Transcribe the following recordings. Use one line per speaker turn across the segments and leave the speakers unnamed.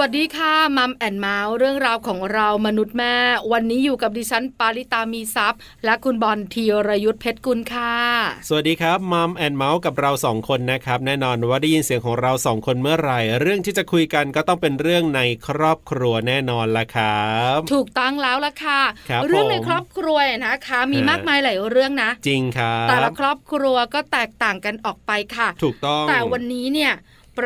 สวัสดีค่ะมัมแอนเมาส์เรื่องราวของเรามนุษย์แม่ วันนี้อยู่กับดิฉันปาริตามีซัพย์ และคุณบอลธีรยุทธเพชรกุลค่ะ
สวัสดีครับมัมแอนเมาส์กับเราสองคนนะครับ แน่นอนว่าได้ยินเสียงของเราสองคนเมื่อไหร่ เรื่องที่จะคุยกันก็ต้องเป็นเรื่องในครอบครัวแน่นอนละครับ
ถูกต้องแล้วล่ะค่ะ
ครับ
เรื่องใน
ผม
ครอบครัวนะคะ มี
ฮะ
มากมายหลายเรื่องนะ
จริงครับ
แต่ละครอบครัวก็แตกต่างกันออกไปค่ะ
ถูกต้อง
แต่วันนี้เนี่ย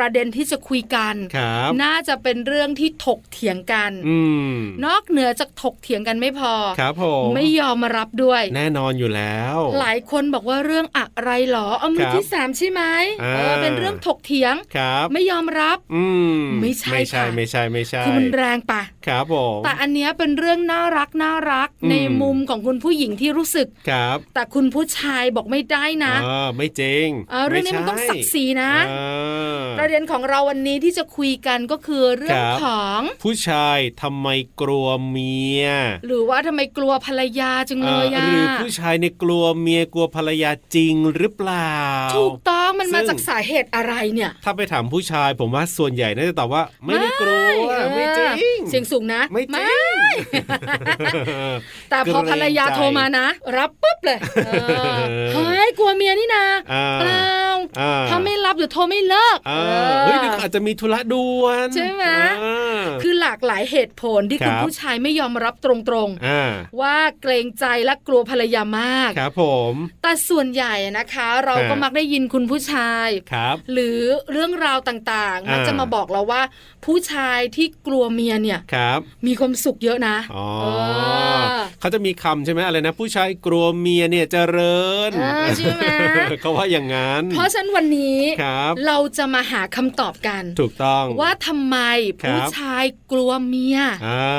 ประเด็นที่จะคุยกัน
ครับ
น่าจะเป็นเรื่องที่ถกเถียงกัน
อืม
นอกเหนือจากถกเถียงกันไม่พอ
ครับผม
ไม่ยอมรับด้วย
แน่นอนอยู่แล้ว
หลายคนบอกว่าเรื่องอะไรหรอเอามือ
ครับ
ที่สามใช่ไหม
อ่า
เออเป็นเรื่องถกเถียง
ครับ
ไม่ยอมรับ
อืม
ไม่ใช่
ไม่ใช่
ค่ะ
ไม่ใช่ไม่ใช่
คือมันแรงปะ
ครับผม
แต่อันเนี้ยเป็นเรื่องน่ารักน่ารัก
อืม
ในมุมของคุณผู้หญิงที่รู้สึก
ครับ
แต่คุณผู้ชายบอกไม่ได้นะ
เออไม่จริง
เออเรื่องนี้มันต้องศักดิ์ศรีนะ
เออ
ประเด็นของเราวันนี้ที่จะคุยกันก็คือเรื่อง
ครับ
ของ
ผู้ชายทำไมกลัวเมีย
หรือว่าทำไมกลัวภรรยาจังเลย
เอ่อ
อะ
หรือผู้ชายในยกลัวเมียกลัวภรรยาจริงหรือเปล่า
ถูกต้องมันมา
ซึ่ง
จากสาเหตุอะไรเนี่ย
ถ้าไปถามผู้ชายผมว่าส่วนใหญ่น่าจะตอบว่า ไม่ได้กลัวไม่จริง
เสียงสูงนะ
ไม่จริง
แต่พอ
เกรงใจ
ภรรยาโทรมานะ รับปุ๊บเลยเออเฮ้ยกลัวเมียนี่นา
อ่า
เปล่า
อ่
ถ้าไม่รับเดี๋ยวโทรไม่เลิก
อ่า
เออ
เฮ้ยนี่อาจจะมีธุระด่วน
ใช่ไหม
อ่า
คือหลากหลายเหตุผลที่
ครับ
คุณผู้ชายไม่ยอมรับตรง
อ่า
ๆ ว่าเกรงใจและกลัวภรรยามาก
ครับผม
แต่ส่วนใหญ่นะคะ เราก็
ฮะ
มักได้ยินคุณผู้ชาย
ครับ
หรือเรื่องราวต่างๆ มัน
อ่า
จะมาบอกเราว่า ผู้ชายที่กลัวเมียเนี่ย
ครับ
มีความสุขเยอะนะ
อ๋อ
เออ
เขาจะมีคำใช่ไหมอะไรนะ ผู้ชายกลัวเมียเนี่ยเจริญ
เออใช่ไหม
เขาว่าอย่างนั้น
เพราะฉะนั้นวันนี้
ครับ
เราจะมาหาคำตอบกัน
ถูกต้อง
ว่าทำไม
ครับ
ผู้ชายกลัวเมีย
อ่า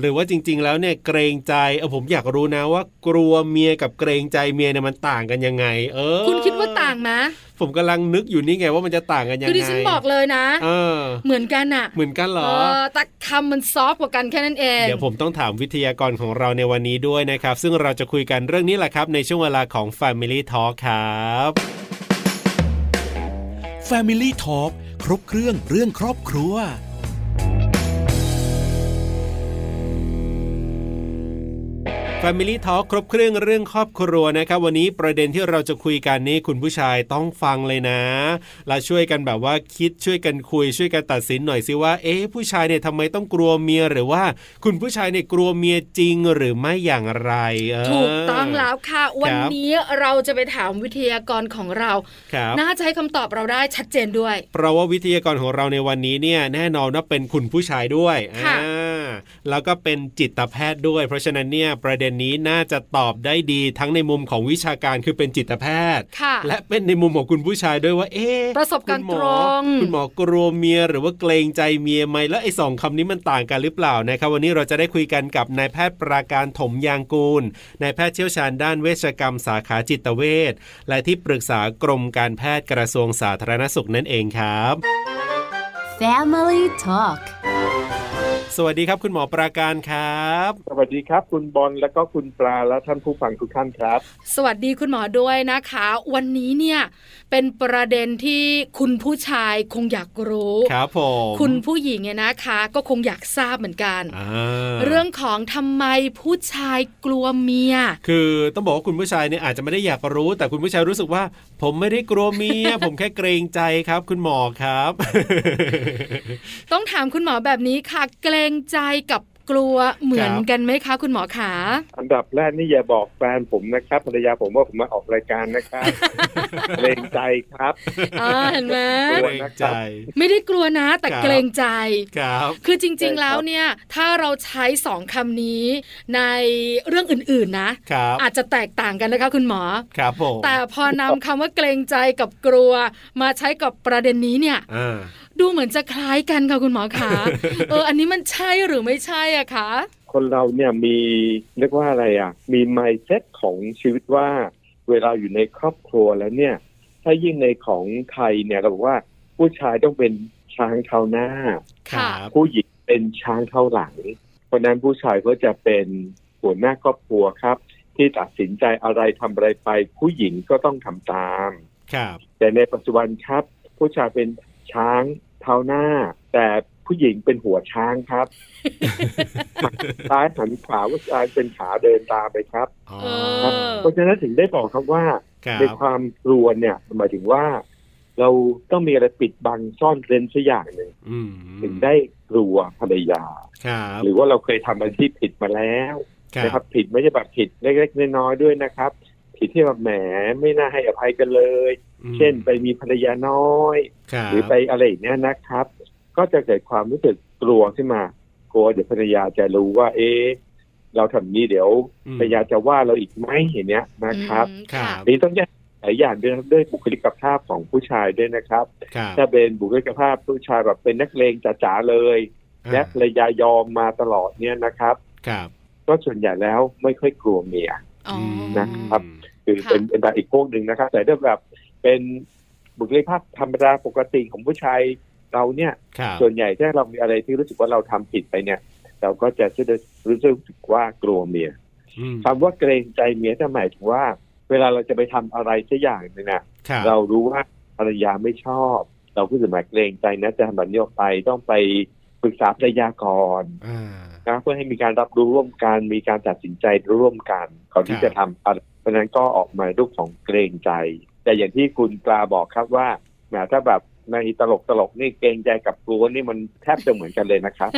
หรือว่าจริงๆ แล้วเนี่ยเกรงใจเออผมอยากรู้นะว่ากลัวเมียกับเกรงใจเมียเนี่ยมันต่างกันยังไง เออ
คุณคิดว่าต่างไหม
ผมกำลังนึกอยู่นี่ไงว่ามันจะต่างกันยัง
คือ
ไง
ดิฉันบอกเลยนะ
เออ
เหมือนกันอะ
เหมือนกันเหร
เอ
อ
อแต่คำมันซอฟต์กว่ากันแค่นั้นเอง
เดี๋ยวผมต้องถามวิทยากรของเราในวันนี้ด้วยนะครับ ซึ่งเราจะคุยกันเรื่องนี้แหละครับ ในช่วงเวลาของ Family Talk ครับ
Family Talk ครบเครื่องเรื่องครอบครัว
Family Talk ครบเครื่องเรื่องครอบครัวนะครับ วันนี้ประเด็นที่เราจะคุยกันนี้คุณผู้ชายต้องฟังเลยนะ และช่วยกันแบบว่าคิดช่วยกันคุย ช่วยกันตัดสินหน่อยสิว่า เอ๊ะผู้ชายเนี่ยทำไมต้องกลัวเมียหรือว่า คุณผู้ชายเนี่ยกลัวเมียจริงหรือไม่อย่างไรเออ
ถูกต้องแล้วค่ะ วัน
ครับ
นี้เราจะไปถามวิทยากรของเรา
ครับ
น่าจะให้คำตอบเราได้ชัดเจนด้วย
เพราะว่าวิทยากรของเราในวันนี้เนี่ยแน่นอนว่าเป็นคุณผู้ชายด้วย
ค่ะ
อ่าแล้วก็เป็นจิตแพทย์ด้วย เพราะฉะนั้นเนี่ยประเด็นนี้น่าจะตอบได้ดีทั้งในมุมของวิชาการคือเป็นจิตแพทย์
ค่ะ
และเป็นในมุมของคุณผู้ชายด้วยว่าเอ๊ะ
ประสบการณ์
คุณหมอ
ตรง
คุณหมอกลัวเมียหรือว่าเกรงใจเมียไหมแล้วไอ้สองคำนี้มันต่างกันหรือเปล่านะครับวันนี้เราจะได้คุยกันกับนายแพทย์ปราการถมยางกูลนายแพทย์เชี่ยวชาญด้านเวชกรรมสาขาจิตเวชและที่ปรึกษากรมการแพทย์กระทรวงสาธารณสุขนั่นเองครับ
Family Talk
สวัสดีครับคุณหมอปราการครับ
สวัสดีครับ คุณบอลและก็คุณปลาและท่านผู้ฟังทุกท่านครับ
สวัสดีคุณหมอด้วยนะคะ วันนี้เนี่ยเป็นประเด็นที่คุณผู้ชายคงอยากรู้
ครับผม
คุณผู้หญิงเนี่ยนะคะ ก็คงอยากทราบเหมือนกัน
อ่า
เรื่องของทำไมผู้ชายกลัวเมีย
คือต้องบอกว่าคุณผู้ชายเนี่ยอาจจะไม่ได้อยากรู้ แต่คุณผู้ชายรู้สึกว่า ผมไม่ได้กลัวเมีย ผมแค่เกรงใจครับ คุณหมอครับ
ต้องถามคุณหมอแบบนี้ค่ะ เกรงใจกับกลัวเหมือน
ครับ
กันไหมคะ คุณหมอ ขา
อันดับแรกนี่อย่าบอกแฟนผมนะครับภรรยาผมว่าผมมาออกรายการนะครับ เกรงใจครับ
อ่าเห็นไหม
เก
ก
ร
ลั
ง
วนะครับ
ใจ
ไม่ได้กลัวนะ แต่
ครับ
เกรงใจ
ครับ
คือจริง ๆ
ใช่ครับ
แล้วเนี่ย ถ้าเราใช้สองคำนี้ในเรื่องอื่น ๆ นะ
ครับ
อาจจะแตกต่างกันนะคะ คุณหมอ
ครับผม
แต่พอนำคำว่าเกรงใจกับกลัว มาใช้กับประเด็นนี้เนี่ย
อ่า
ดูเหมือนจะคล้ายกันค่ะคุณหมอขา เออ อันนี้มันใช่หรือไม่ใช่อะคะ
คนเราเนี่ยมีเรียกว่าอะไรอ่ะ มี mindset ของชีวิตว่า เวลาอยู่ในครอบครัวแล้วเนี่ย ถ้ายิ่งในของไทยเนี่ยเราบอกว่าผู้ชายต้องเป็นช้างเท้าหน้า
ครับ
ผู้หญิงเป็นช้างเท้าหลัง เพราะฉะนั้นผู้ชายก็จะเป็นหัวหน้าครอบครัวครับ ที่ตัดสินใจอะไรทำอะไรไป ผู้หญิงก็ต้องทำตาม
ครับ
แต่ในปัจจุบันครับ ผู้ชายเป็นช้างเท้าหน้า แต่ผู้หญิงเป็นหัวช้างครับ ซ้ายหันขวาผู้ชายเป็นขาเดินตามไปครับ
อ๋อ
เอ
ครับ
อ
เพราะฉะนั้นถึงได้บอกครับว่า
ครั
ใน
บ
ความกลัวเนี่ยหมายถึงว่า เราต้องมีอะไรปิดบังซ่อนเร้นสักอย่างหนึ่ง
อืม
ถึงได้กลัวภรรยา
ครับ
หรือว่าเราเคยทำอาชีพผิดมาแล้ว
ค
นะค
รั
รับ บ ผิดไม่ใช่แบบผิดเล็กๆน้อยๆด้วยนะครับ ผิดที่แบบแหมไม่น่าให้อภัยกันเลย เช่นไปมีภรรยาน้อย หรือไปอะไรอย่างเนี้ยนะครับ ก็จะเกิดความรู้สึกกลัวขึ้นมากลัวเดี๋ยวภรรยาจะรู้ว่า เอ๊ะเราทำนี้เดี๋ยว
อืม
ภรรยาจะว่าเราอีกไหมอย่างเนี้ยนะครับ
อืม
ครั
ค่ะ
บ
นี่ต้องแยกหลายอย่างด้วยด้วยบุคลิกภาพของผู้ชายด้วยนะครับ
ครับ
ถ้าเป็นบุคลิกภาพผู้ชายแบบเป็นนักเลงจ๋าๆเลย และภรรยายอมมาตลอดเนี่ยนะครับ
ครับ
ก็ส่วนใหญ่แล้วไม่ค่อยกลัวเมีย
อ๋อ
นะครับ คือเป็น
ค่ะ
เป็นแบบอีกพวกหนึ่งนะครับ แต่ถ้าแบบเป็นบุคลิกภาพธรรมดาปกติของผู้ชายเราเนี่ย
ครับ
ส่วนใหญ่ถ้าเรามีอะไรที่รู้สึกว่าเราทำผิดไปเนี่ย เราก็จะรู้สึกว่ากลัวเมีย
อืม
คำว่าเกรงใจเมียจะหมายถึงว่า เวลาเราจะไปทำอะไรสักอย่างเนี่ยนะ
ครับ
เรารู้ว่าภรรยาไม่ชอบ เราก็จะมาเกรงใจนะจะทำแบบนี้ออกไปต้องไปปรึกษาภรรยาก่อน
อ่า
นะเพื่อให้มีการรับรู้ร่วมกัน มีการตัดสินใจร่วมกันก่อน
ค
ที่
รับ
จะทำอะไรเพราะฉะนั้นก็ออกมารูปของเกรงใจ แต่อย่างที่คุณปลาบอกครับว่าแหมถ้าแบบในตลกตลกๆนี่เกรงใจกับกลัวนี่มันแทบจะเหมือนกันเลยนะครับ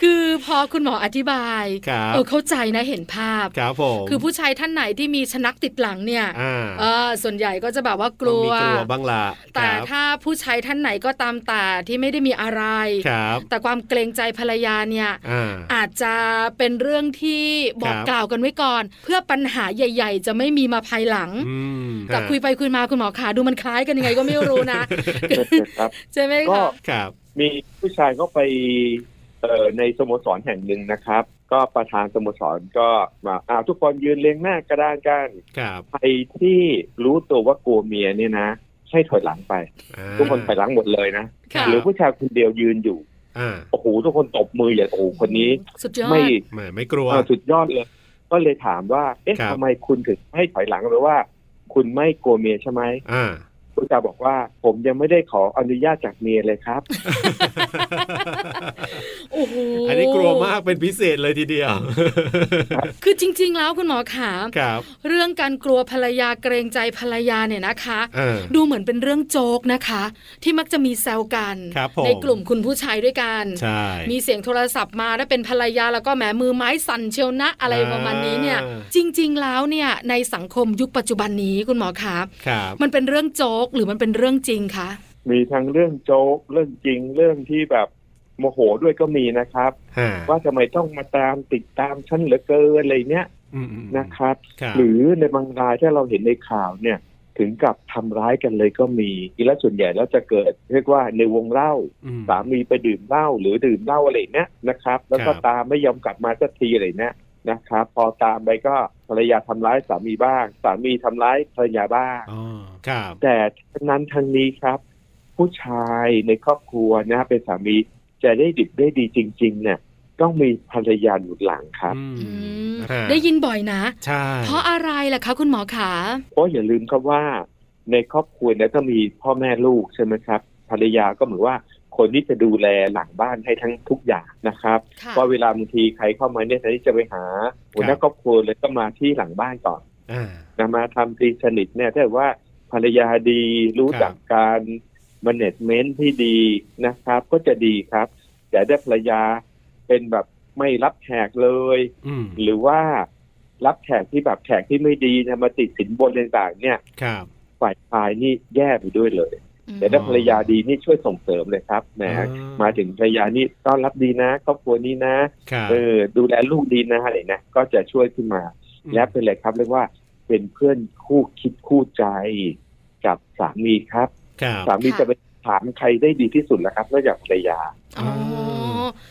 คือพอคุณหมออธิบาย
ครับ
เออเข้าใจนะเห็นภาพ
ครับผม
คือผู้ชายท่านไหนที่มีชนักติดหลังเนี่ย
อ่า
เออส่วนใหญ่ก็จะแบบว่ากลัว
ต้องมีกลัวบ้างล่ะ
แต่
ครับ
ถ้าผู้ชายท่านไหนก็ตามแต่ที่ไม่ได้มีอะไร
ครับ
แต่ความเกรงใจภรรยาเนี่ย
อ่า
อาจจะเป็นเรื่องที่บอก
ครับ
กล่าวกันไว้ก่อน เพื่อปัญหาใหญ่ ๆ จะไม่มีมาภายหลัง
อืม
แต่คุยไปคุยมาคุณหมอขาดูมันคล้ายกันยังไงก็ไม่รู้นะ
ครับ
ใช่ไหม
ก็
คะ
ครับ
มีผู้ชายก็ไปเอ่อในสโมสรแห่งหนึ่งนะครับ ก็ประธานสโมสรก็มาอ้าวทุกคนยืนเรียงหน้ากระดานกัน
ครับ
ใครที่รู้ตัวว่ากลัวเมียเนี่ยนะให้ถอยหลังไป
อ่า
ทุกคนถอยหลังหมดเลยนะ
ค่ะ
หรือผู้ชายคนเดียวยืนอยู่
อ่า
โอ้โหทุกคนตบมืออย่างโอ้โหคนนี้
สุดยอด
ไม่
แหมไม่กลัว
เอ่อสุดยอดเลย ก็เลยถามว่า เอ๊ะ
ครับ
ทำไมคุณถึงให้ถอยหลังหรือว่า คุณไม่กลัวเมียใช่ไหม
อ่า
ผู้ชายบอกว่า ผมยังไม่ได้ขออนุญาตจากเมียเลย ครับ
โอ้โห
อันนี้กลัวมากเป็นพิเศษเลยทีเดียว
คือจริง ๆ แล้วคุณหมอขา
ครับ
เรื่องการกลัวภรรยาเกรงใจภรรยาเนี่ยนะคะ
อ่า
ดูเหมือนเป็นเรื่องโจกนะคะ ที่มักจะมีแซวกัน
ครับผม
ในกลุ่มคุณผู้ชายด้วยกัน
ใช่
มีเสียงโทรศัพท์มาถ้าเป็นภรรยาแล้วก็แหมมือไม้สั่นเชียวนะอะไรประมาณนี้เนี่ย จริง ๆ แล้วเนี่ยในสังคมยุคปัจจุบันนี้คุณหมอคะ
ครับ
มันเป็นเรื่องโจกหรือมันเป็นเรื่องจริงคะ
มีทั้งเรื่องโจ๊กเรื่องจริงเรื่องที่แบบโมโหด้วยก็มีนะครับ
ฮะ
ว่าทำไมต้องมาตามติดตามฉันเหลือเกินอะไรเนี้ย
อืมอืมอืม
นะครับ
ครับ
หรือในบางรายที่เราเห็นในข่าวเนี่ย ถึงกับทำร้ายกันเลยก็มีและส่วนใหญ่แล้วจะเกิดเรียกว่าในวงเล่า
อืม
สามีไปดื่มเหล้าหรือดื่มเหล้าอะไรเนี้ยนะครับ แล้วก็
ครับ
ตามไม่ยอมกลับมาสักทีอะไรเนี้ยนะครับ พอตามไปก็ภรรยาทำร้ายสามีบ้าง สามีทำร้ายภรรยาบ้าง
อ๋อครับ
แต่ทั้งนั้นทั้งนี้ครับ ผู้ชายในครอบครัวนะเป็นสามีจะได้ดิบได้ดีจริง ๆ เนี่ย ต้องมีภรรยาหนุนหลังครับ
อืม
อืม
ฮะ
ได้ยินบ่อยนะ
ใช่
เพราะอะไรล่ะคะคุณหมอขา
เพราะอย่าลืมครับว่า ในครอบครัวเนี่ยก็มีพ่อแม่ลูกใช่ไหมครับ ภรรยาก็เหมือนว่าคนที่จะดูแลหลังบ้านให้ทั้งทุกอย่างนะครับ
ค่ะ
เพราะเวลาบางทีใครเข้ามาเนี่ยแทนที่จะไปหาหัวหน้าครอบครัวเลยก็มาที่หลังบ้านก่อน
อ่า
นะมาทำตีสนิทเนี่ยถ้าว่าภรรยาดีรู้จักการม a นจเมน t ที่ดีนะครับ ก็จะดีครับแต่ได้าภรรยาเป็นแบบไม่รับแขกเลย
อืม
หรือว่ารับแขกที่แบบแขกที่ไม่ดีนะมาติดสินบนอะไรต่างๆเนี่ย
ครับ
ฝ่ายชายนี่แย่ไปด้วยเลย
อืม
แต่ถ้าภรรยาดีนี่ช่วยส่งเสริมเลยครับแหม
อ่
มาถึงภรรยานี่ต้อนรับดีนะครอบครัวนี้นะครับ เออดูแลลูกดีนะอะไรนะก็จะช่วยขึ้นมา
ม
และเป็นอะไรครับเรียกว่าเป็นเพื่อนคู่คิดคู่ใจกับสามีครับ
ครับ
สามีจะไปถามใครได้ดีที่สุดแล้วครับนอกจากภรรยา
อ๋อ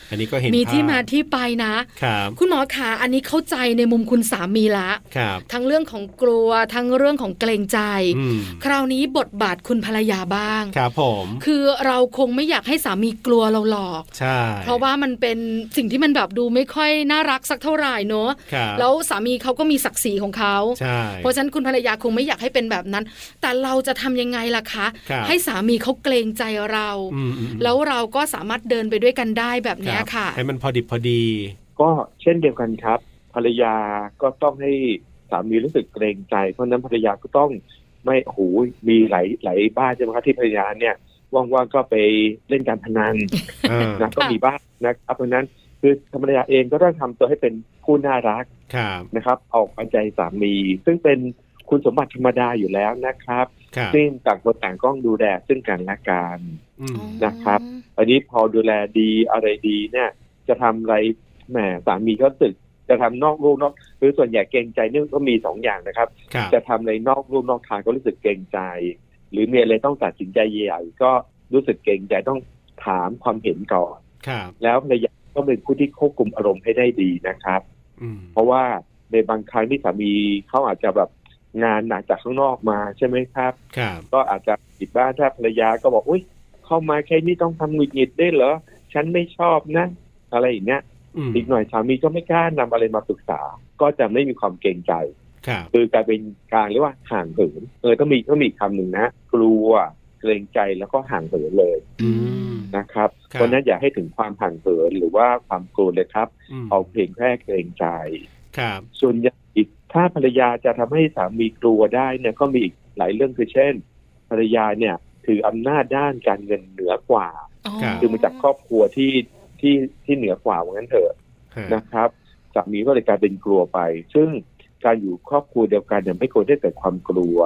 อันนี้ก็เห็น
มีที่
ภพ
มาที่ไปนะ
ครับ
คุณหมอขาอันนี้เข้าใจในมุมคุณสามีละ
ครับ
ทั้งเรื่องของกลัวทั้งเรื่องของเกรงใจ
อืม
คราวนี้บทบาทคุณภรรยาบ้าง
ครับผม
คือเราคงไม่อยากให้สามีกลัวเราหรอก
ใช่
เพราะว่ามันเป็นสิ่งที่มันแบบดูไม่ค่อยน่ารักสักเท่าไหร่เนอะ
ครับ
แล้วสามีเขาก็มีศักดิ์ศรีของเขา
ใช่
เพราะฉะนั้นคุณภรรยาคงไม่อยากให้เป็นแบบนั้น แต่เราจะทำยังไงล่ะคะ
ครับ
ให้สามีเขาเกรงใจเรา
อืมอืม
แล้วเราก็สามารถเดินไปด้วยกันได้แบบเนี้ย
รับ
ค่ะ
ให้มันพอดิบพอดี
ก็เช่นเดียวกันครับ ภรรยาก็ต้องให้สามีรู้สึกเกรงใจ เพราะฉะนั้นภรรยาก็ต้องไม่โอ้โหมีหลายหลายบ้านใช่ไหมครับที่ภรรยาเนี่ยว่างๆก็ไปเล่นการพนัน
อ่า
นะก็มีบ้างนะครับเพราะฉะนั้นคือภรรยาเองก็ต้องทำตัวให้เป็นผู้น่ารัก
ครับ
นะครับเอาอกเอาใจสามี ซึ่งเป็นคุณสมบัติธรรมดาอยู่แล้วนะครับ
ครับ
ซึ่งต่างคนต่างก้องดูแลซึ่งกันและกัน
อืม
นะครับ อันนี้พอดูแลดีอะไรดีเนี่ย จะทำอะไรแหมสามีก็ตึก จะทำนอกลูกนอกคือส่วนใหญ่เกรงใจเนี่ยก็มีสองอย่างนะครับ
ครับ
จะทำอะไรนอกลูกนอกทางก็รู้สึกเกรงใจ หรือมีอะไรต้องตัดสินใจใหญ่ก็รู้สึกเกรงใจต้องถามความเห็นก่อน
ครับ
แล้วภรรยาก็เป็นผู้ที่ควบคุมอารมณ์ให้ได้ดีนะครับ
อืม
เพราะว่าในบางครั้งที่สามีเขาอาจจะแบบงานหนักจากข้างนอกมาใช่ไหมครับ
ครับ
ก็อาจจะผิดบ้านถ้าภรรยาก็บอกอุ้ยเข้ามาแค่นี้ต้องทำหงุดหงิดได้วยเหรอ ฉันไม่ชอบนะ อะไรอย่างเงี้ย
อืม
อีกหน่อยสามีก็ไม่กล้านำอะไรมาปรึกษา ก็จะไม่มีความเกรงใจ
ครับ
คือกลายเป็นการเรียกว่าห่างเหินเออต้องมีต้องมีอีกคำหนึ่งนะ กลัวเกรงใจแล้วก็ห่างเหินเลย
อืม
นะครับ
ครับ
เพราะฉะนั้นอย่าให้ถึงความห่างเหินหรือว่าความกลัวเลยครับ
ม
เอาเพียงแค่เกรงใจ
ครับ
ส่วนใหญ่ถ้าภรรยาจะทำให้สามีกลัวได้เนี่ยก็มีอีกหลายเรื่องคือเช่น ภรรยาเนี่ยถืออำนาจด้านการเงินเหนือกว่า คือมาจากครอบครัวที่ที่ที่เหนือกว่าว่างั้นเถอะ
ฮะ
นะครับสามีก็เลยกลายเป็นกลัวไป ซึ่งการอยู่ครอบครัวเดียวกันเนี่ยไม่ควรได้เกิดความกลัว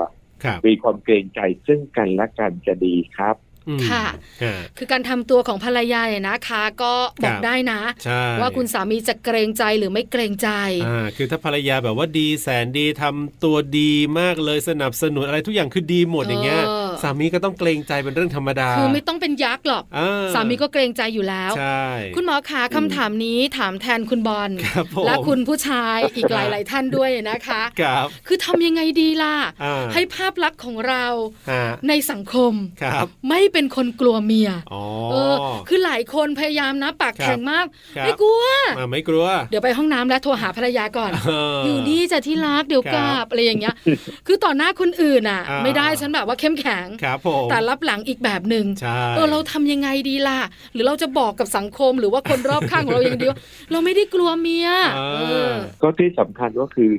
ครับ
มีความเกรงใจซึ่งกันและกันจะดีครับ
อืม
ค่ะ
ฮะ
คือการทำตัวของภรรยาเนี่ยนะคะ ก็บอ
ค
ก
รับ
ได้นะ
ใช่
ว่าคุณสามีจะเกรงใจหรือไม่เกรงใจ
อ่าคือถ้าภรรยาแบบว่าดีแสนดีทำตัวดีมากเลยสนับสนุนอะไรทุกอย่างคือดีหมดอย่างเงี้ย
เออ
สามีก็ต้องเกรงใจเป็นเรื่องธรรมดา
คือไม่ต้องเป็นยักษ์หรอก
อ่
สามีก็เกรงใจอยู่แล้ว
ใช่
คุณหมอขาคำถามนี้ถามแทนคุณบอล
ครับผม
และคุณผู้ ชายอีกหลาย ๆ ท่านด้วยนะคะ
ครับ
คือทำยังไงดีล่ะ
อ่า
ให้ภาพลักษณ์ของเรา
ฮะ
ในสังคม
ครับ
ไม่เป็นคนกลัวเมีย
อ๋อ
เออ คือหลายคนพยายามนะปาก
ครับ
แข็งมาก
ครับ
ไม่กลัว
มาไม่กลัว
เดี๋ยวไปห้องน้ำแล้วโทรหาภรรยาก่อน
เ
อยู่นี่จะที่รักเดี๋ยวกลั
ครับ
บอะไรอย่างเงี้ย คือต่อหน้าคนอื่นอ่ะ
อ่า
ไม่ได้ฉันแบบว่าเข้มแข็ง
ครับผม
แต่รับหลังอีกแบบหนึ่ง
ใช่
เออเราทำยังไงดีล่ะ หรือเราจะบอกกับสังคมหรือว่าคนรอบข้างของเราอย่างเดียว เราไม่ได้กลัวเมีย
อ่า
เออ
ก็ที่สำคัญก็คือ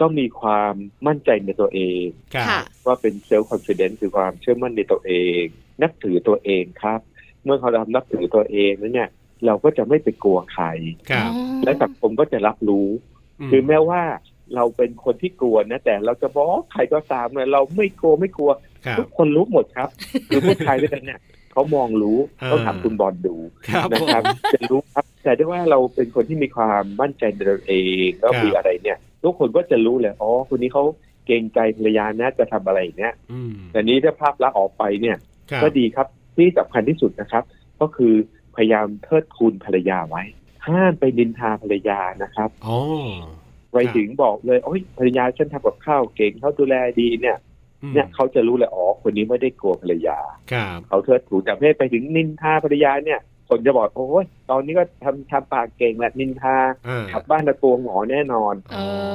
ต้องมีความมั่นใจในตัวเอง
ครับ
ค่ะ
ว่าเป็นเซลล์คอนฟ idence คือความเชื่อมั่นในตัวเอง นับถือตัวเองครับ เมื่อเขาทำนับถือตัวเองแล้วเนี่ย เราก็จะไม่ไปกลัวใคร
ครับ
และสังคมก็จะรับรู้ คือแม้ว่าเราเป็นคนที่กลัวนะ แต่เราจะบอกใครก็ตามเนี่ยเราไม่กลัวไม่กลัว
ครับ
ทุกคนรู้หมดครับ คือผู้ชายด้วยกันเนี่ยเขามองรู้
อ่า
ต้องถามคุณบอลดู
ครับ
นะ
ผม
ครับ จะรู้ครับ แต่ด้วยว่าเราเป็นคนที่มีความมั่นใจในตัวเองแล้ว
ครับ
มีอะไรเนี่ย ทุกคนก็จะรู้เลยอ๋อคนนี้เขาเกรงใจภรรยานะจะทำอะไรอย่างเนี้ย
อืม
แต่นี้ถ้าภาพลักษณ์ออกไปเนี่ย
ครับ
ก็ดีครับที่สำคัญที่สุดนะครับ ก็คือพยายามเทิดทูนภรรยาไว้ ห้ามไปดินทาภรรยานะครับ
อ๋อ
ไป
ครับ
ถึงบอกเลยโอ้ยภรรยาฉันทำกับข้าวเก่งเขาดูแลดีเนี่ย
อืม
เนี่ยเขาจะรู้เลยอ๋อคนนี้ไม่ได้กลัวภรรยา
ครับ
เขาเทิดทูนแต่ไม่ให้ไปถึงนินทาภรรยาเนี่ย คนจะบอกโอ้ยตอนนี้ก็ทำทำปากเก่งแหละนินทา
อ่าก
ลับบ้านตะตัวหงอแน่นอน
เออ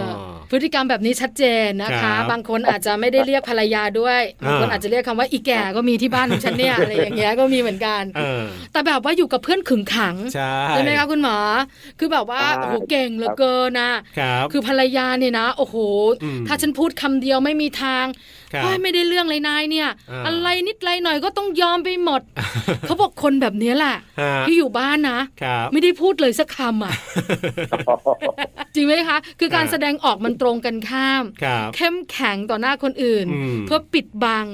อ
พฤติกรรมแบบนี้ชัดเจนนะ
ครั
คะ
บบ
างคนอาจจะไม่ได้เรียกภรรยาด้วยบางคน
อ่า
อาจจะเรียกคำว่าอีแก่ก็มีที่บ้านของฉันเนี่ย อะไรอย่างเงี้ยก็มีเหมือนกัน
เออ
แต่แบบว่าอยู่กับเพื่อนขึงขัง
ใช่
ใช่ไหมคะคุณหมอ คือแบบว่า
ใช่
โอ้โหเก่งเหลือเกินนะครับ คือภรรยาเนี่ยนะโอ้โห
อืม
ถ้าฉันพูดคำเดียวไม่มีทาง
ครับ
ว่าไม่ได้เรื่องเลยนายเนี่ย
อ่า
อะไรนิดไรหน่อยก็ต้องยอมไปหม ด เขาบอกคนแบบเนี้ยแหละ
ฮะ
ที่อยู่บ้านนะ
ครับ
ไม่ได้พูดเลยสักคำอ่ะ จริงไหมคะ คือการ
อ่า
แสดงออกมันตรงกันข้าม
ครับ
เข้มแข็งต่อหน้าคนอื่น
อืม
เพื่อปิดบัง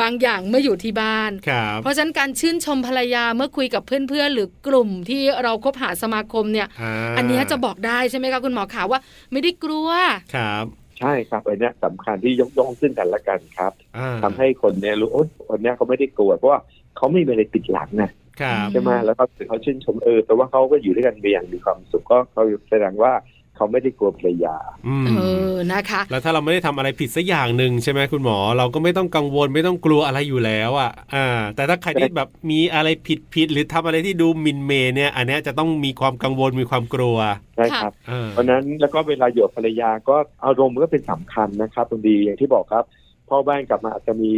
บางอย่างเมื่ออยู่ที่บ้าน
ครับ
เพราะฉะนั้นการชื่นชมภรรยาเมื่อคุยกับเพื่อนๆ หรือกลุ่มที่เราคบหาสมาคมเนี่ย
า
อันเนี้ยจะบอกได้ใช่ไหมคะคุณหมอขาว่า ไม่ได้กลัว
ครับ
ใช่ครับอันเนี้ยสำคัญที่ยกย่องซึ่งกันและกันครับ
อ่า
ทำให้คนเนี่ยรู้โอ๊ยคนเนี้ยเขาไม่ได้กลัวเพราะว่าเขาไม่มีอะไรติดหลังนะ
ครับ
ใช่ไหมแล้วก็เขาชื่นชมเออแต่ว่าเขาก็อยู่ด้วยกันไปอย่างมีความสุขก็เขาแสดงว่าเขาไม่ได้กลัวภรรยา
อืม
เออนะคะ
แล้วถ้าเราไม่ได้ทำอะไรผิดสักอย่างหนึ่งใช่ไหมคุณหมอ เราก็ไม่ต้องกังวลไม่ต้องกลัวอะไรอยู่แล้วอ่ะอ่า แต่ถ้าใครที่แบบมีอะไรผิดผิดๆหรือทำอะไรที่ดูหมินเมเนี่ย อันเนี้ยจะต้องมีความกังวลมีความกลัว
ใช่
ค่ะ
ครับ
เออ
เพราะฉะนั้นแล้วก็เวลาอยู่กับภรรยาก็อารมณ์ก็เป็นสำคัญนะครับบางทีอย่างที่บอกครับพ่อบ้านกลับมาอาจจะมี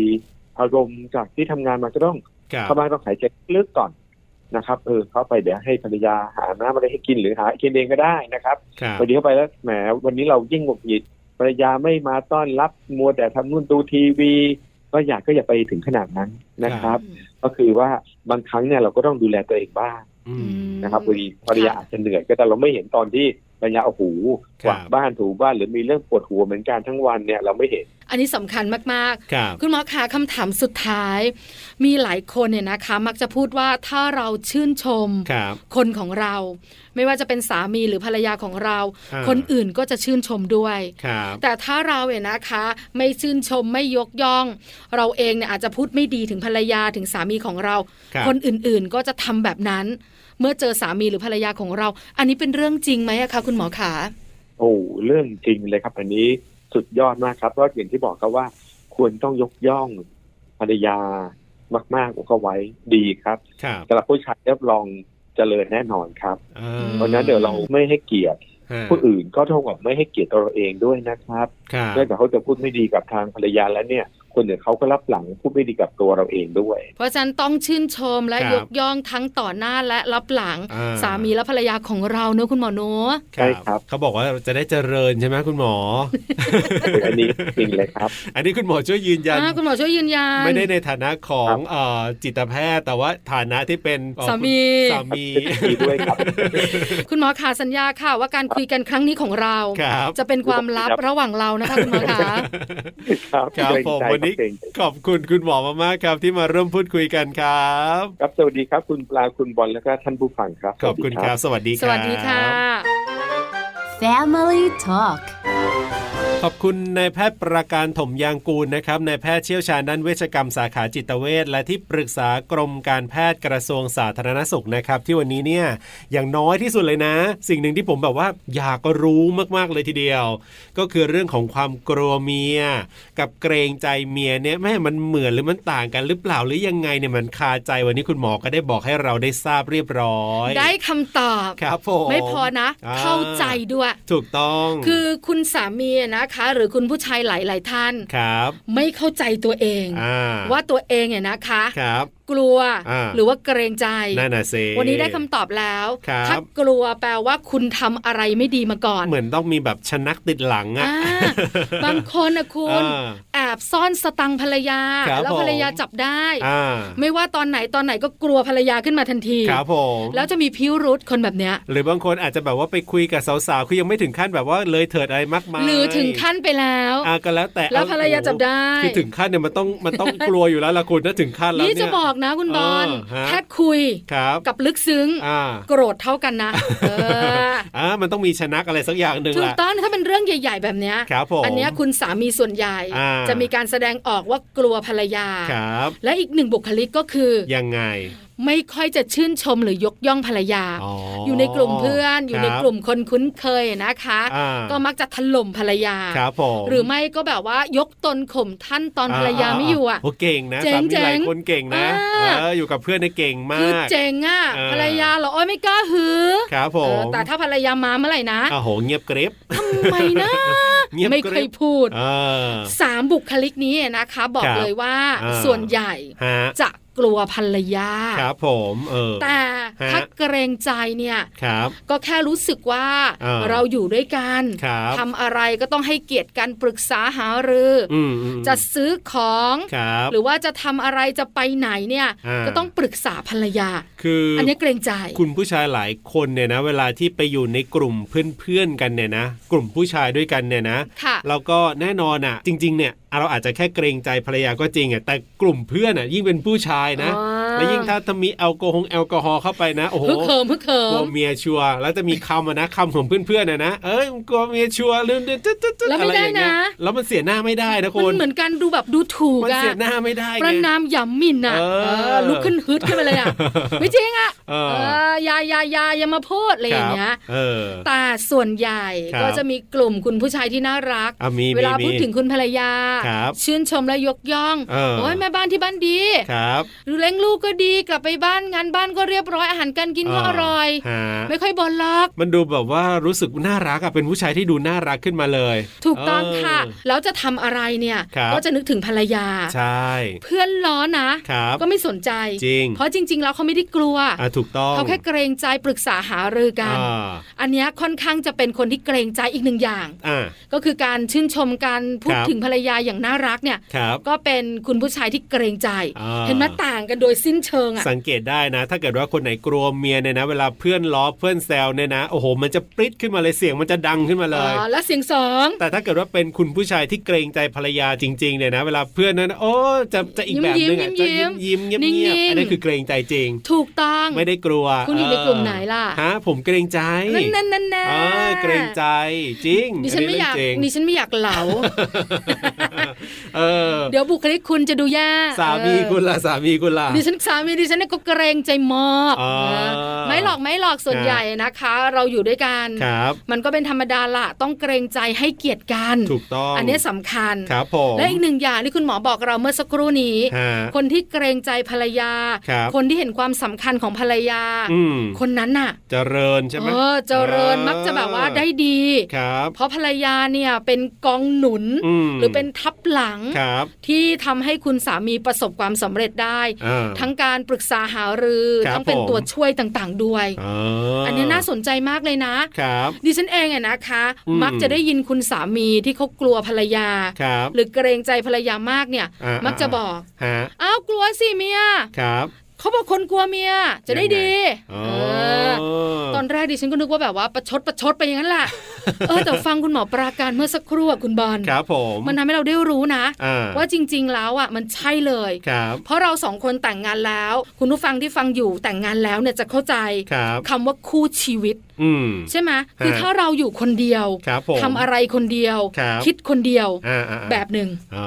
อารมณ์จากที่ทำงานมาก็ต้อง
ครับ
พ่อบ้านต้องหายใจลึกก่อนนะครับเออเข้าไปเดี๋ยวให้ภรรยาหาน้ำอะไรให้กินหรือหากินเองก็ได้นะครับ
ครับ
พอดีเข้าไปแล้วแหมวันนี้เรายิ่งหงุดหงิดภรรยาไม่มาต้อนรับมัวแต่ทำนู่นดูทีวี ก็อยากก็อย่าไปถึงขนาดนั้นนะครับ ก็คือว่าบางครั้งเนี่ยเราก็ต้องดูแลตัวเองบ้าง
อืม
นะครับพอดีภรรยา
ค่ะ
อาจจะเหนื่อยก็แต่เราไม่เห็นตอนที่ภรรยาโอ้โห
ค
ก
รับ
วาดบ้านถูบ้านหรือมีเรื่องปวดหัวเหมือนกันทั้งวันเนี่ยเราไม่เห็น
อันนี้สำคัญมากๆ
ครับ
คุณหมอคะคำถามสุดท้าย มีหลายคนเนี่ยนะคะ มักจะพูดว่าถ้าเราชื่นชม
ครับ
คนของเรา ไม่ว่าจะเป็นสามีหรือภรรยาของเรา
อ่า
คนอื่นก็จะชื่นชมด้วย
ครับ
แต่ถ้าเราเนี่ยนะคะ ไม่ชื่นชมไม่ยกย่อง เราเองเนี่ยอาจจะพูดไม่ดีถึงภรรยาถึงสามีของเรา
ครับ
คนอื่นๆก็จะทำแบบนั้น เมื่อเจอสามีหรือภรรยาของเรา อันนี้เป็นเรื่องจริงไหมอะคะคุณหมอขา
โอ้เรื่องจริงเลยครับ อันนี้สุดยอดมากครับเพราะอย่างที่บอกครับว่า ควรต้องยกย่องภรรยามากๆก็ไว้ดีครับ
ครับ
สำหรับผู้ชายรับรองเจริญแน่นอนครับ
อ่า
เพราะฉะนั้นเดี๋ยวเราไม่ให้เกียรติ
ฮะ
ผู้อื่นก็เท่ากับไม่ให้เกียรติตัวเราเองด้วยนะครับ
ครับ
นอกจากเขาจะพูดไม่ดีกับทางภรรยาแล้วเนี่ย คนอื่นเขาก็รับหลังพูดไม่ดีกับตัวเราเองด้วย
เพราะฉะนั้นต้องชื่นชมและ
ครับ
ยกย่องทั้งต่อหน้าและรับหลัง
อ่า
สามีและภรรยาของเราเนอะคุณหมอเนอะ
ใช่ครับ
เขาบอกว่าจะได้เจริญใช่ไหมคุณหมอ
อันนี้จริงเลยครับ
อันนี้คุณหมอช่วยยืนยัน
อ่าคุณหมอช่วยยืนยัน
ไม่ได้ในฐานะของ
ครับ
เอ่อจิตแพทย์ แต่ว่าฐานะที่เป็นเอ่อ
สามี
สามี
ดีด้วยครับ
คุณหมอขาสัญญาค่ะ ว่าการคุยกันครั้งนี้ของเรา
ครับ
จะเป็นความลับระหว่างเรานะคะ คุณหมอขา
ครับ
ครับ
เกง
ผม
ใจ
วันนี้
เกรงใจ
ขอบคุณคุณหมอมากๆครับ ที่มาเริ่มพูดคุยกันครับ
ครับ สวัสดีครับ คุณปลาคุณบอลแล้วก็ท่านผู้ฟังครับ
ขอบคุณครับ สวัสดี
ส
ครับ
วัสดีค่ะ
Family Talk
ขอบคุณนายแพทย์ประการถมยางกูลนะครับนายแพทย์เชี่ยวชาญด้านเวชกรรมสาขาจิตเวชและที่ปรึกษากรมการแพทย์กระทรวงสาธารณสุขนะครับ ที่วันนี้เนี่ยอย่างน้อยที่สุดเลยนะ สิ่งหนึ่งที่ผมแบบว่าอยากรู้มากๆเลยทีเดียว ก็คือเรื่องของความกลัวเมีย กับเกรงใจเมียเนี่ยแม่มันเหมือนหรือมันต่างกันหรือเปล่าหรือยังไงเนี่ยมันคาใจวันนี้คุณหมอก็ได้บอกให้เราได้ทราบเรียบร้อย
ได้คำตอบ
ครับผม
ไม่พอนะ
อ่า
เข้าใจด้วย
ถูกต้อง
คือคุณสามีนะคะ หรือคุณผู้ชายหลาย ๆ ท่าน
ครับ
ไม่เข้าใจตัวเอง
อ่า
ว่าตัวเองเนี่ยนะคะ
ครับ
กลัว
อ่า
หรือว่าเกรงใจ
นั่นน่ะสิ
วันนี้ได้คำตอบแล้ว
ครับ
ถ้ากลัวแปลว่าคุณทำอะไรไม่ดีมาก่อน
เหมือนต้องมีแบบชนักติดหลังอะ
อ่าบางคนนะคุณ
อ่า
แอบซ่อนสตังค์ภรรยา
ครับ
แล้วภรรยา
ผม
จับได้
อ่า
ไม่ว่าตอนไหนตอนไหนก็กลัวภรรยาขึ้นมาทันที
ครับผม
แล้วจะมีพิรุษคนแบบเนี้ย
หรือบางคนอาจจะแบบว่าไปคุยกับสาวๆคือยังไม่ถึงขั้นแบบว่าเลยเถิดอะไรมากมาย
หรือถึงขั้นไปแล้ว
อ่าก็แล้วแต่
แล้วภรรยาจับได้
คือถึงขั้นเนี่ยมันต้องมันต้องกลัวอยู่แล้วละคุณถ้าถึงขั้นแล้ว
นี่
เนี่ย
จะบอกนะคุณบอล
เออฮะ
แค่คุย
ครับ
กับลึกซึ้ง
อ่า
โกรธเท่ากันนะเอ อ
อ่ามันต้องมีชนักอะไรสักอย่างหนึ่ง
ถูก
แหละ
ต้องถ้าเป็นเรื่องใหญ่ ๆ แบบเนี้ย
ครับผม
อันเนี้ยคุณสามีส่วนใหญ่
อ่า
จะมีการแสดงออกว่ากลัวภรรยา
ครับ
และอีกหนึ่งบุคลิกก็คือ
ยังไง
ไม่ค่อยจะชื่นชมหรือยกย่องภรรยา
อ๋อ
อ
อยู่
ในกลุ่มเพื่อนอยู่ในกลุ่มคนคุ้นเคยนะคะ
อ่า
ก็มักจะถล่มภรรยา
ครับผม
หรือไม่ก็แบบว่ายกตนข่มท่านตอนภรรยาไม่อยู่อ่ะ
โเก่งนะ
เจ๋ง
สามีหลาย
เจ๋ง
คนเก่งนะ
อ่า
เอออยู่กับเพื่อนเนี่ยเก่งมา
คือก เจ๋งอ่ะ
เออ
ภรรยาเหรอโอ้ยไม่กล้าหือ
ครับผ
เออ
ม
แต่ถ้าภรรยามาเมื่อไหร่นะ
โอ้โหเงียบกริบ
ทำไมนะ
เงียบกริบ
ไม่เคยพูด
เออ
สามบุคลิกนี้นะคะ บอก
ครับ
เลยว่า
อ่า
ส่วนใหญ่
ฮะ
จะกลัวภรรยา
ครับผมเออ
แต่ถ้า
ฮะ
เกรงใจเนี่ย
ครับ
ก็แค่รู้สึกว่า
เออ
เราอยู่ด้วยกัน
ครับ
ทำอะไรก็ต้องให้เกียรติกันปรึกษาหารืออ
อืมอืม
จะซื้อของ
ครับ
หรือว่าจะทำอะไรจะไปไหนเนี่ย
อ่า
ก็ต้องปรึกษาภรรยา
คืออ
อันนี้เกรงใจ
คุณผู้ชายหลายคนเนี่ยนะ เวลาที่ไปอยู่ในกลุ่มเพื่อนๆกันเนี่ยนะ กลุ่มผู้ชายด้วยกันเนี่ยนะ
ค่ะ
แล้วก็แน่นอนอ่ะ จริง ๆ เนี่ย เราอาจจะแค่เกรงใจภรรยาก็จริงอ่ะแต่กลุ่มเพื่อนอ่ะยิ่งเป็นผู้ชายนะ
อ่า
แล้วยิ่งถ้าถ้ามีแอลกอฮอล์แอลกอฮอล์เข้าไปนะโอ้โห
ฮึกเหิมฮึกเหิ
กลัว
ม
เมียชัวร์แล้วจะมีคำอะนะคำของเพื่อนๆนะนะเอ้ยกลัวเมียชัวร์ลืมดึ๊ดตึ๊ดตึ๊ดตึ๊ด
แล้ว
อะ
ไม่
ไรอ
ได้
ย่างเงี้
นะ
ยแล้วมันเสียหน้าไม่ได้นะคุ
มั
ณ
นเหมือนกันดูแบบดูถูก
มัน
อะ
เสียหน้าไม่ได้
ประ
ไง
นามหยำหมิ่นอะ
เออ
เออลุกขึ้นฮึดขึ้นมาเลยอะไม่จริงอะ
เออ
เอออยาอยาอยาอย่ามาพูดอะไรอย่างเงี้ย
ครับเออ
แต่ส่วนใหญ่
ครับ
ก็จะมีกลุ่มคุณผู้ชายที่น่ารัก
อ่ะมี
เวลา
มี
พูดถึง
มี
คุณภรรยา
ครับ
ชื่นชมและยกย่อง
เออ
โอ้ยแม่บ้านที่บ้านดี
ครับ
ดูเลี้ยงลูกก็ดีกลับไปบ้านงานบ้านก็เรียบร้อยอาหารการกินก็อร่อย
ฮะ
ไม่ค่อยบ่นหรอก
มันดูแบบว่ารู้สึกน่ารักอะเป็นผู้ชายที่ดูน่ารักขึ้นมาเลย
ถูกต้องค่ะ
เออ
แล้วจะทำอะไรเนี่ย
ครับ
ก็จะนึกถึงภรรยา
ใช่
เพื่อนล้อนะ
ครับ
ก็ไม่สนใจ
จริง
เพราะจริง ๆ แล้วเขาไม่ได้กลัว
อ่ะถูกต้อง
เขาแค่เกรงใจปรึกษาหารือกัน
อ่า
อันเนี้ยค่อนข้างจะเป็นคนที่เกรงใจอีกหนึ่งอย่าง
อ่า
ก็คือการชื่นชมการพูด
ครับ
ถึงภรรยาอย่างน่ารักเนี่ย
ครับ
ก็เป็นคุณผู้ชายที่เกรงใจ
อ่า
เห็นไหมต่างกันโดยสิ้นเชิงอ่ะ
สังเกตได้นะ ถ้าเกิดว่าคนไหนกลัวเมียเนี่ยนะ เวลาเพื่อนล้อเพื่อนแซวเนี่ยนะ โอ้โห มันจะปริ๊ดขึ้นมาเลยเสียงมันจะดังขึ้นมาเลย
อ๋อแล้วเสียงสอง
แต่ถ้าเกิดว่าเป็นคุณผู้ชายที่เกรงใจภรรยาจริงๆเนี่ยนะ เวลาเพื่อนนั้นโอ้จะจะอีกแบบนึงอ่ะจะยิ้มยิ้มเงียบเงียบอันนี้คือเกรงใจจริง
ถูกต้อง
ไม่ได้กลัว
คุณอยู่ในกลุ่มไหนล่ะ
ฮะผมเกรงใจ
นั่นนั่นนั่นนะ
เออเกรงใจจริง
ดิฉัน
อั
ไม่อง
เรื่
ยาก
จริง
ดิฉันไม่อยากเหลา
เออ
เดี๋ยวบุคลิกคุณจะดูแย่
สามีคุณล่ะสามีคุณล่ะ
เออดิฉันสามีดิฉันเนี่ยก็เกรงใจมาก
อ๋อ
นะไม่หรอกไม่หรอกส่วน
ครับ
ใหญ่นะคะ เราอยู่ด้วยกัน
ครับ
มันก็เป็นธรรมดาละต้องเกรงใจให้เกียรติกัน
ถูกต้อง
อันเนี้ยสำคัญ
ครับผม
และอีกหนึ่งอย่างที่คุณหมอบอกเราเมื่อสักครู่นี้
ฮะ
คนที่เกรงใจภรรยา
ครับ
คนที่เห็นความสำคัญของภรรยา
อืม
คนนั้นน่ะ
เจริญใช่ไหม
เออเจริญมักจะแบบว่าได้ดี
ครับ
เพราะภรรยาเนี่ยเป็นกองหนุน
อืม
หรือเป็นทับหลัง
ครับ
ที่ทำให้คุณสามีประสบความสำเร็จได้
อ่า
ทั้งการปรึกษาหารือ
ครับ
ทั้งเป็น
ผม
ตัวช่วยต่างๆด้วย
อา
อันนี้น่าสนใจมากเลยนะ
ครับ
ดิฉันเองอะนะคะ
อืม
มักจะได้ยินคุณสามีที่เขากลัวภรรยา
ครับ
หรือเกรงใจภรรยามากเนี่ย
อ่ามั
มักจะบอก
ฮะ
อ้าวกลัวสิเมีย
ครับ
เขาบอกคนกลัวเมียจะได้ดี
ยังงอ๋อ
เออตอนแรกดิฉันก็นึกว่าแบบว่าประชดประชดไปอย่างนั้นแหละ เออแต่ฟังคุณหมอปราการเมื่อสักครู่อะคุณบอล
ครับผม
มันทำให้เราได้รู้นะ
อ่า
ว่าจริง ๆ แล้วอ่ะมันใช่เลย
ครับ
เพราะเราสองคนแต่งงานแล้ว คุณผู้ฟังที่ฟังอยู่แต่งงานแล้วเนี่ยจะเข้าใจ
ครับ
คำว่าคู่ชีวิต
อืม
ใช่ไหมคือถ้าเราอยู่คนเดียว
ครับผม
ทำอะไรคนเดียว
ครับ
คิดคนเดียว
อ่าอ่าอ่า
แบบหนึ่ง
อ๋อ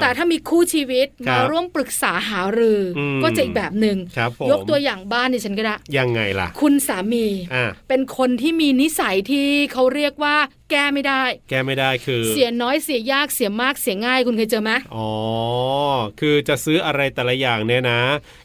แต่ถ้ามีคู่ชีวิต
ครั
มา
บ
ร่วมปรึกษาหารืออ
ม
ก็จะอีกแบบหนึ่ง
ครับผม
ยกตัวอย่างบ้านดิฉันก็ได้
ยังไงล่ะ
คุณสามี
อ่า
เป็นคนที่มีนิสัยที่เขาเรียกว่า แก้ไม่ได้
แก้ไม่ได้คือ
เสียน้อยเสียยากเสียมากเสียง่ายคุณเคยเจอไหม
อ๋อ คือจะซื้ออะไรแต่ละอย่างเนี่ยนะ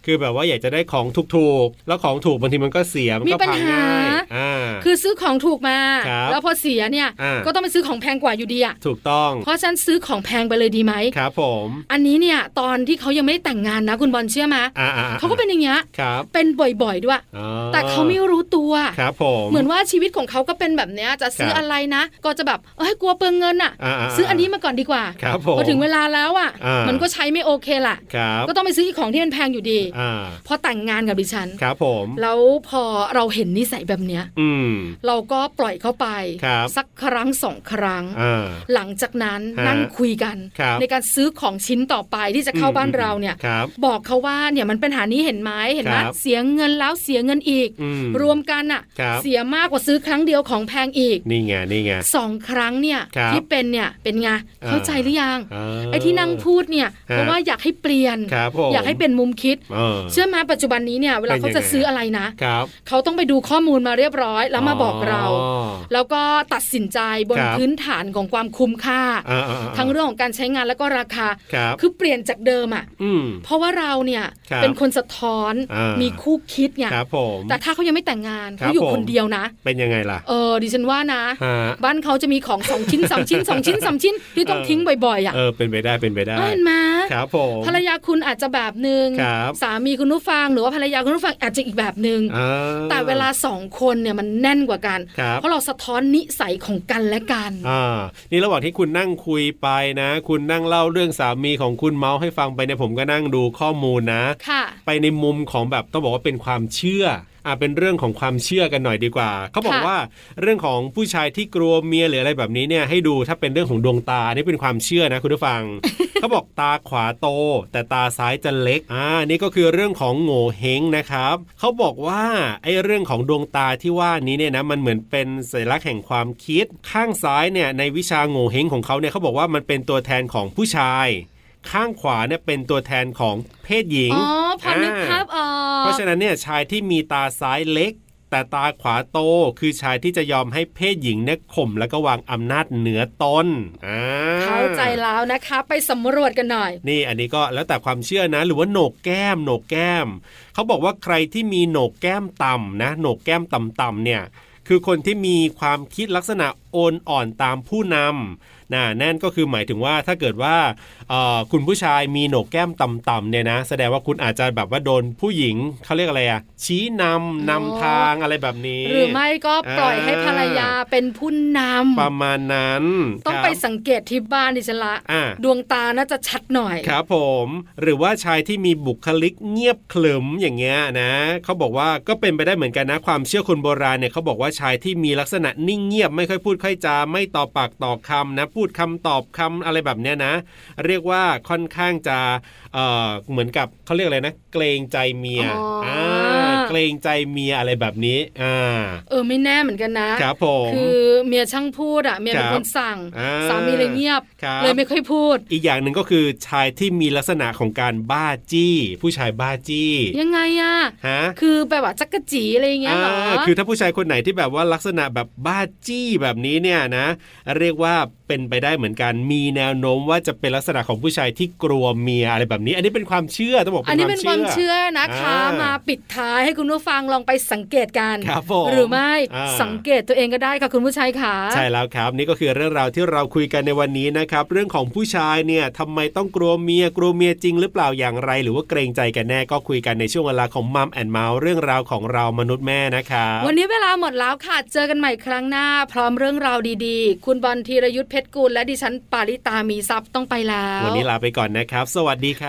คือแบบว่าอยากจะได้ของถูกๆ แล้วของถูกบางทีมันก็เสีย มัน
มี
ก็
ปัญ
พัง
หา
ง่ายอ่า
คือซื้อของถูกมา
ครับ
แล้วพอเสียเนี่ย
อ่า
ก็ต้องไปซื้อของแพงกว่าอยู่ดีอ่ะ
ถูกต้อง
เพราะฉะนันซื้อของแพงไปเลยดีไหม
ครับผม
อันนี้เนี่ยตอนที่เขายังไม่ได้แต่งงานนะ คุณบอลเชื่อไหม
อ่าอ่าอ่
เขาก็เป็นอย่างเงี้ย
ครับ
เป็นบ่อยๆด้วย
อ๋อ
แต่เขาไม่รู้ตัว
ครับผม
เหมือนว่าชีวิตของเขาก็เป็นแบบเนี้ยจะซื้อ
ครับ
อะไรนะ ก็จะแบบเอ้ยกลัวเปลืองเงินอ่ะ
อ่าๆๆ
ซื้ออันนี้มาก่อนดีกว่า
ครับผม
พอถึงเวลาแล้วอ่ะ
อ่ามั
มันก็ใช้ไม่โอเคล่ะ
ครับ
ก็ต้องไปซื้ออีกของที่มันแพงอยู่ดี
อ่า
พอแต่งงานกับดิฉัน
ครับผม
แล้วพอเราเห็นนิสัยแบบเนี้ย
อืม
เราก็ปล่อยเข้าไป
ครับ
สักครั้งสองครั้ง
อ่า
หลังจากนั้น
ฮะ
นั่งคุยกัน
ครับ
ในการซื้อของชิ้นต่อไปที่จะเข้า
อืม
บ้าน
อืม
เราเนี่ย
ครับ
อกเขาว่าเนี่ยมันเป็นหานี้เห็นไหมเห็นไหม
ครับ
เสียเงินแล้วเสียเงินอีก
อืม
รวมกันอะ
ครับ
เสียมากกว่าซื้อครั้งเดียวของแพงอีก
นี่ไง นี่ไง
สองครั้งเนี่ย
ครับ
ที่เป็นเนี่ยเป็นไงเข้าใจหรือยัง
า
ไอ้ที่นั่งพูดเนี่ยเพราะว่าอยากให้เปลี่ยน
ครับผม
อยากให้เป็นมุมคิด
เออ
เชื่อไหมาปัจจุบันนี้เนี่ยเวลา
เป็นยังไง
เขาจะซื้ออะไรนะครับ เขาต้องไปดูข้อมูลมาเรียบร้อย แล้วมาบอกเรา
อ๋อ
แล้วก็ตัดสินใจบน
ครับ
พื้นฐานของความคุ้มค่า
อ่าอ่าา
ทั้งเรื่องของการใช้งานแล้วก็ราคา
ครับ
คือเปลี่ยนจากเดิมอ่ะ
อืม
เพราะว่าเราเนี่ย
ครับ
เป็นคนสะท้อน
อ่ามี
มีคู่คิดไง
ครับผม
แต่ถ้าเขายังไม่แต่งงาน
ครับ
เขาอยู่
ผม
คนเดียวนะ
เป็นยังไงล่ะ
เออดิฉันว่านะ
ฮะ
บ้านเขาจะมีของสองชิ้นสามชิ้นสองชิ้นสามชิ้นที่ต้อง
เออ
ทิ้งบ่อยๆอ่ะ
เออ เป็นไปได้ เป็นไปได้
เห็นไหม
ครับผม
ภรรยาคุณอาจจะแบบหนึ่ง
ครับ
สามีคุณผู้ฟังหรือว่าภรรยาคุณผู้ฟังอาจจะอีกแบบหนึ่ง
อ่า
แต่เวลาสองคนเนี่ยมันแน่นกว่ากัน
ครับ
เพราะเราสะท้อนนิสัยของกันและกัน
อ่า นี่ระหว่างที่คุณนั่งคุยไปนะ คุณนั่งเล่าเรื่องสามีของคุณเมาส์ให้ฟังไปเนี่ยผมก็นั่งดูข้อมูลนะ
ค่ะ
ไปในมุมของแบบต้องบอกว่าเป็นความเชื่ออ่าเป็นเรื่องของความเชื่อกันหน่อยดีกว่า เขาบอก
ค่ะ
ว่าเรื่องของผู้ ชายที่กลัวเมียหรืออะไรแบบนี้เนี่ยให้ดูถ้าเป็นเรื่องของดวงตานี่เป็นความเชื่อนะคุณผู้ฟัง เขาบอกตาขวาโต แต่ตาซ้ายจะเล็ก อ่า นี่ก็คือเรื่องของโง่เฮงนะครับเขาบอกว่าไอ้เรื่องของดวงตาที่ว่านี้เนี่ยนะมันเหมือนเป็นสัญลักษณ์แห่งความคิด ข้างซ้ายเนี่ยในวิชาโง่เฮงของเขาเนี่ยเขาบอกว่ามันเป็นตัวแทนของผู้ชาย ข้างขวาเนี่ยเป็นตัวแทนของเพศหญิง
อ๋อพอนึก
า
ภาพออก
เพราะฉะนั้นเนี่ยชายที่มีตาซ้ายเล็ก แต่ตาขวาโตคือชายที่จะยอมให้เพศหญิงเนี่ยข่มแล้วก็วางอำนาจเหนือตนอ่า
เข้าใจแล้วนะคะ ไปสำรวจกันหน่อย
นี่อันนี้ก็แล้วแต่ความเชื่อนะ หรือว่าโหนกแก้มโหนกแก้ม เขาบอกว่าใครที่มีโหนกแก้มต่ำนะโหนกแก้มต่ำๆเนี่ย คือคนที่มีความคิดลักษณะโอนอ่อนตามผู้นำนะนั่นก็คือหมายถึงว่าถ้าเกิดว่าเอ่อคุณผู้ชายมีโหนกแก้มต่ำๆเนี่ยนะ แสดงว่าคุณอาจจะแบบว่าโดนผู้หญิงเขาเรียกอะไรอะชี้นำ
อ๋อ
นำทางอะไรแบบนี้
หรือไม่ก็ปล่อยให้
อ่า
ภรรยาเป็นผู้น
ประมาณนั้น
ำต้อง
ครับ
ไปสังเกตที่บ้านดิฉันละ
อ่า
ดวงตาน่าจะชัดหน่อย
ครับผมหรือว่าชายที่มีบุคลิกเงียบขรึมอย่างเงี้ยนะเขาบอกว่าก็เป็นไปได้เหมือนกันนะความเชื่อคนโบราณเนี่ยเขาบอกว่าชายที่มีลักษณะนิ่งเงียบไม่ค่อยพูดค่อยจาไม่ต่อปากต่อคำนะ พูดคำตอบคำอะไรแบบเนี้ยนะ เรียกว่าค่อนข้างจะเอ่อเหมือนกับเขาเรียกอะไรนะ เกรงใจเมีย
อ๋ออ่
าเกรงใจเมียอะไรแบบนี้อ่า
เออไม่แน่เหมือนกันนะ
ครับผม
คือเมียช่างพูดอ่ะเมียเป็น
ครับ
คนสั่ง
อ่า
สามีเลยเงียบ
ครับ
เลยไม่ค่อยพูด
อีกอย่างหนึ่งก็คือชายที่มีลักษณะของการบ้าจี้ ผู้ชายบ้าจี้
ยังไงอ่ะ
ฮะ
คือแบบว่าจักกะจีอะไรอย่างเงี้ยเหรอ
อ่าคือถ้าผู้ชายคนไหนที่แบบว่าลักษณะแบบบ้าจี้แบบนี้เนี่ยนะ เรียกว่าเป็นไปได้เหมือนกัน มีแนวโน้มว่าจะเป็นลักษณะของผู้ชายที่กลัวเมียอะไรแบบนี้ อันนี้เป็นความเชื่อต้องบอก
อันนี้เป็นความ
อ
เชื่อนะคะ
อ่าม
มาปิดท้ายให้คุณผู้ฟังลองไปสังเกตกัน
ครับผม
หรือไม่
อ่า
สังเกตตัวเองก็ได้ค่ะคุณผู้ชายค่ะ
ใช่แล้วครับ นี่ก็คือเรื่องราวที่เราคุยกันในวันนี้นะครับ เรื่องของผู้ชายเนี่ยทำไมต้องกลัวเมียกลัวเมียจริงหรือเปล่าอย่างไร หรือว่าเกรงใจกันแน่ก็คุยกันในช่วงเวลาของมัมแอนเมาส์เรื่องราวของเรามนุษย์แม่นะครับ
วันนี้เวลาหมดแล้วค่ะ เจอกันใหม่ครั้งหน้า พร้อมเรื่องราวดีๆ คุณบอลธีรยุทธเพชรกุลและดิฉันปาริตามีซัพย์ต้องไปแล้ว
วันนี้ลาไปก่อนนะครับ สวัสดีคร